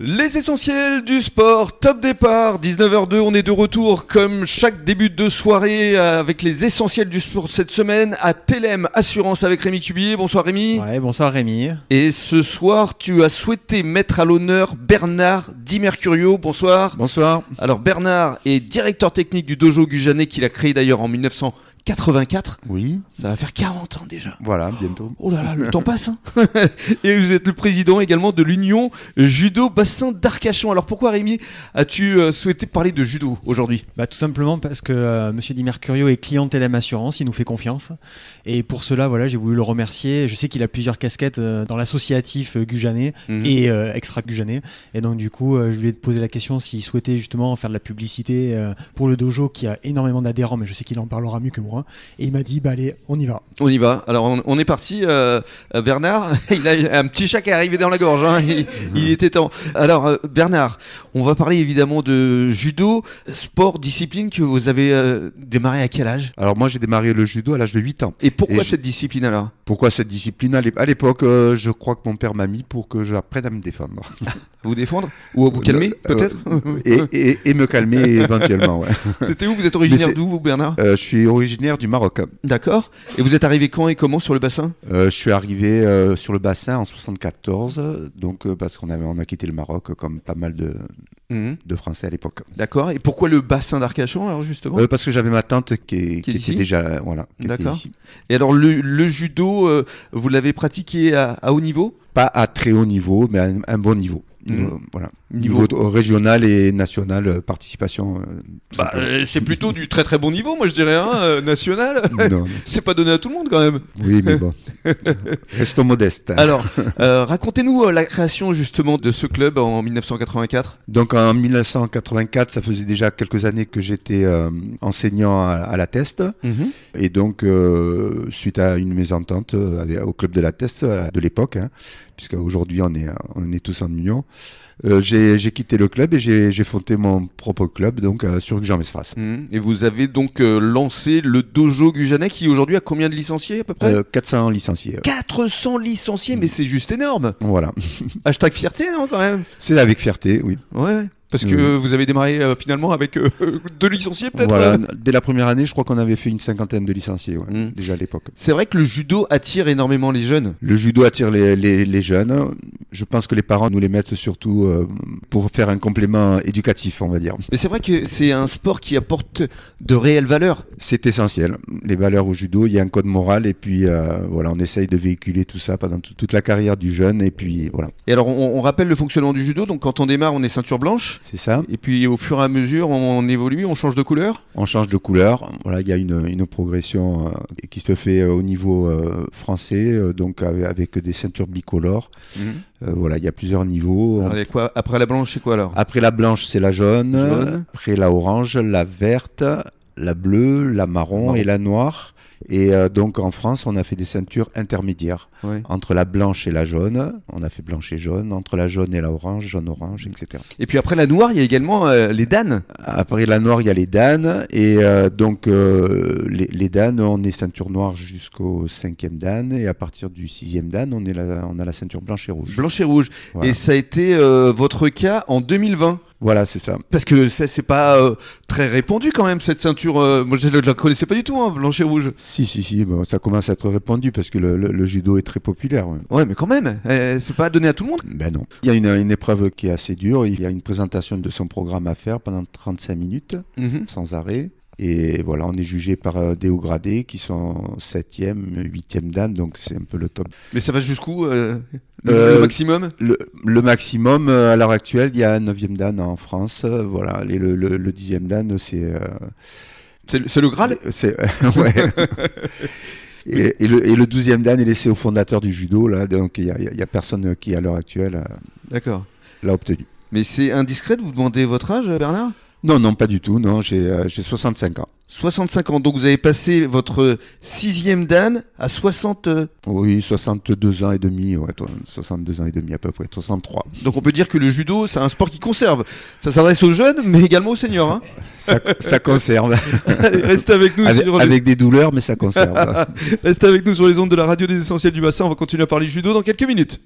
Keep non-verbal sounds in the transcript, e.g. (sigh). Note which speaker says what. Speaker 1: Les essentiels du sport, top départ, 19h02, on est de retour comme chaque début de soirée euh, avec les essentiels du sport cette semaine à Telem Assurance avec Rémi Cubier. Bonsoir Rémi.
Speaker 2: Ouais, bonsoir Rémi.
Speaker 1: Et ce soir, tu as souhaité mettre à l'honneur Bernard Di Mercurio. Bonsoir.
Speaker 2: Bonsoir.
Speaker 1: Alors Bernard est directeur technique du dojo Gujanet qu'il a créé d'ailleurs en 1984.
Speaker 2: Oui,
Speaker 1: Ça va faire 40 ans déjà.
Speaker 2: voilà, bientôt.
Speaker 1: Oh là là, le temps passe.
Speaker 2: (laughs)
Speaker 1: hein. Et vous êtes le président également de l'Union Judo Bassin d'Arcachon. Alors pourquoi Rémi as-tu euh, souhaité parler de judo aujourd'hui
Speaker 2: Bah, tout simplement parce que euh, Monsieur Di Mercurio est client TLM Assurance, il nous fait confiance. Et pour cela, voilà, j'ai voulu le remercier. Je sais qu'il a plusieurs casquettes euh, dans l'associatif euh, Gujanais
Speaker 1: Mhm.
Speaker 2: et euh, extra Gujanais. Et donc, du coup, euh, je lui ai posé la question s'il souhaitait justement faire de la publicité euh, pour le dojo qui a énormément d'adhérents, mais je sais qu'il en parlera mieux que moi. Et il m'a dit, bah, allez, on y va.
Speaker 1: On y va. Alors on, on est parti. euh, euh, Bernard, (laughs) il a un petit chat qui est arrivé dans la gorge. hein.
Speaker 2: Mhm.
Speaker 1: Il, il était temps. Alors euh, Bernard, on va parler évidemment de judo, sport, discipline que vous avez euh, démarré à quel âge
Speaker 3: Alors moi j'ai démarré le judo à l'âge de 8 ans.
Speaker 1: Et pourquoi
Speaker 3: Et je-
Speaker 1: cette discipline alors
Speaker 3: Pourquoi cette discipline À l'é- à l'époque, euh, je crois que mon père m'a mis pour que j'apprenne à me défendre.
Speaker 1: Vous défendre ou à vous calmer
Speaker 3: Euh, (laughs)
Speaker 1: peut-être
Speaker 3: et, et- et me
Speaker 1: (laughs)
Speaker 3: calmer éventuellement. ouais.
Speaker 1: C'était où Vous êtes
Speaker 3: Mais
Speaker 1: originaire
Speaker 3: c'est-
Speaker 1: d'où vous Bernard
Speaker 3: Euh, je suis originaire du Maroc.
Speaker 1: D'accord. Et vous êtes arrivé quand et comment sur le bassin
Speaker 3: Euh, je suis arrivé euh, sur le bassin en 74, donc euh, parce qu'on avait on a quitté le Maroc euh, comme pas mal de,
Speaker 1: Mhm.
Speaker 3: de Français à l'époque.
Speaker 1: D'accord. Et pourquoi le bassin d'Arcachon alors justement
Speaker 3: Euh, parce que j'avais ma tante qui, est-
Speaker 1: Qui est
Speaker 3: qui
Speaker 1: ici
Speaker 3: était déjà là, voilà. qui était
Speaker 1: D'accord.
Speaker 3: ici.
Speaker 1: Et alors le, le judo, euh, vous l'avez pratiqué à, à haut niveau
Speaker 3: Pas à très haut niveau, mais à un, un bon niveau. Niveau, voilà.
Speaker 1: Mmh. Niveau-
Speaker 3: niveau euh, régional et national, euh, participation. euh, Mm. tout
Speaker 1: Bah,
Speaker 3: simplement.
Speaker 1: euh, c'est plutôt du très très bon niveau, moi je dirais, hein, euh,
Speaker 3: (laughs)
Speaker 1: national.
Speaker 3: Non,
Speaker 1: (laughs) c'est pas donné à tout le monde quand même.
Speaker 3: oui, mais
Speaker 1: (laughs)
Speaker 3: bon. Restons modestes. (laughs)
Speaker 1: Alors, euh, racontez-nous euh, la création justement de ce club en 1984.
Speaker 3: Donc en 1984, ça faisait déjà quelques années que j'étais euh, enseignant à, à la Teste. Et donc, euh, suite à une mésentente euh, avec- au club de la Teste euh, de l'époque, hein, puisque aujourd'hui on est, on est tous en union, euh, j'ai j'ai quitté le club et j'ai j'ai fondé mon propre club donc euh, sur Jean Mestras.
Speaker 1: Mhm. Et vous avez donc euh, lancé le dojo Gujanet qui aujourd'hui a combien de licenciés à peu près
Speaker 3: Euh, 400 licenciés. euh,
Speaker 1: 400 licenciés, mais c'est juste énorme.
Speaker 3: Voilà.
Speaker 1: Hashtag fierté, non, quand même.
Speaker 3: C'est avec fierté, oui.
Speaker 1: Ouais. Parce que
Speaker 3: Oui.
Speaker 1: euh, vous avez démarré euh, finalement avec euh, (laughs) deux licenciés peut-être. euh?
Speaker 3: Voilà. Dès la première année, je crois qu'on avait fait une cinquantaine de licenciés ouais,
Speaker 1: Mm.
Speaker 3: déjà à l'époque.
Speaker 1: C'est vrai que le judo attire énormément les jeunes.
Speaker 3: Le judo attire les, les- les jeunes. Je pense que les parents nous les mettent surtout euh, pour faire un complément éducatif, on va dire.
Speaker 1: Mais c'est vrai que c'est un sport qui apporte de réelles valeurs.
Speaker 3: C'est essentiel. Les valeurs au judo, il y a un code moral et puis euh, voilà, on essaye de véhiculer tout ça pendant tout- toute la carrière du jeune et puis voilà,
Speaker 1: Et alors, on, on rappelle le fonctionnement du judo. Donc, quand on démarre, on est ceinture blanche.
Speaker 3: c'est ça.
Speaker 1: Et puis, au fur et à mesure, on, évolue, on change de couleur.
Speaker 3: On change de couleur. Voilà, il y a une, une progression euh, qui se fait euh, au niveau euh, français, euh, donc avec, avec des ceintures bicolores.
Speaker 1: Mm-hmm.
Speaker 3: Euh, voilà, il y a plusieurs niveaux.
Speaker 1: Alors, il y a quoi Après la blanche, c'est quoi alors
Speaker 3: Après la blanche, c'est la jaune.
Speaker 1: Jaune.
Speaker 3: Après la orange, la verte, la bleue, la marron,
Speaker 1: Marron.
Speaker 3: et la noire. Et euh, donc en France, on a fait des ceintures intermédiaires.
Speaker 1: Ouais.
Speaker 3: Entre la blanche et la jaune, on a fait blanche et jaune. Entre la jaune et la orange, jaune-orange, etc.
Speaker 1: Et puis, après la noire, il y a également euh, les danes.
Speaker 3: Après la noire, il y a les danes. Et euh, donc euh, les, les danes, on est ceinture noire jusqu'au cinquième dan. Et à partir du sixième dan, on, est la- on a la ceinture blanche et rouge.
Speaker 1: Blanche et rouge.
Speaker 3: Voilà.
Speaker 1: Et ça a été euh, votre cas en 2020.
Speaker 3: Voilà, c'est ça.
Speaker 1: Parce que ça, c'est pas euh, très répandu quand même, cette ceinture. euh, moi, je ne la connaissais pas du tout, hein, blanche et rouge.
Speaker 3: Si, si, si, bon, ça commence à être répandu parce que le, le- le judo est très populaire. ouais.
Speaker 1: Ouais, mais quand même, euh, c'est pas donné à tout le monde.
Speaker 3: Ben non. Il y a une, une épreuve qui est assez dure. Il y a une présentation de son programme à faire pendant 35 minutes,
Speaker 1: Mhm.
Speaker 3: sans arrêt. Et voilà, on est jugé par euh, des hauts gradés qui sont 7e, 8e dan, donc c'est un peu le top.
Speaker 1: Mais ça va jusqu'où euh, le,
Speaker 3: Euh,
Speaker 1: le maximum
Speaker 3: Le, le maximum, euh, à l'heure actuelle, il y a un 9e dan en France. euh, Voilà, et le, le, le 10e dan, c'est. euh,
Speaker 1: C'est le- c'est le Graal
Speaker 3: c'est (laughs) ouais. Et, et le, et le 12e dan est laissé au fondateur du judo, là, donc il n'y a, il y a- il y a personne qui, à l'heure actuelle, euh,
Speaker 1: D'accord.
Speaker 3: l'a obtenu.
Speaker 1: Mais c'est indiscret de vous demander votre âge, euh, Bernard
Speaker 3: Non, non, pas du tout, non, j'ai euh, j'ai 65 ans.
Speaker 1: 65 ans, donc vous avez passé votre sixième dan à 60... euh,
Speaker 3: Oui, 62 ans et demi, ouais, toi, 62 ans et demi à peu près, 63.
Speaker 1: Donc on peut dire que le judo, c'est un sport qui conserve. Ça s'adresse aux jeunes, mais également aux seniors.
Speaker 3: (laughs)
Speaker 1: Hein.
Speaker 3: Ça, ça conserve,
Speaker 1: Allez, restez avec nous
Speaker 3: avec,
Speaker 1: sur les...
Speaker 3: avec des douleurs, mais ça conserve.
Speaker 1: Restez avec nous sur les ondes de la radio des essentiels du bassin. On va continuer à parler judo dans quelques minutes.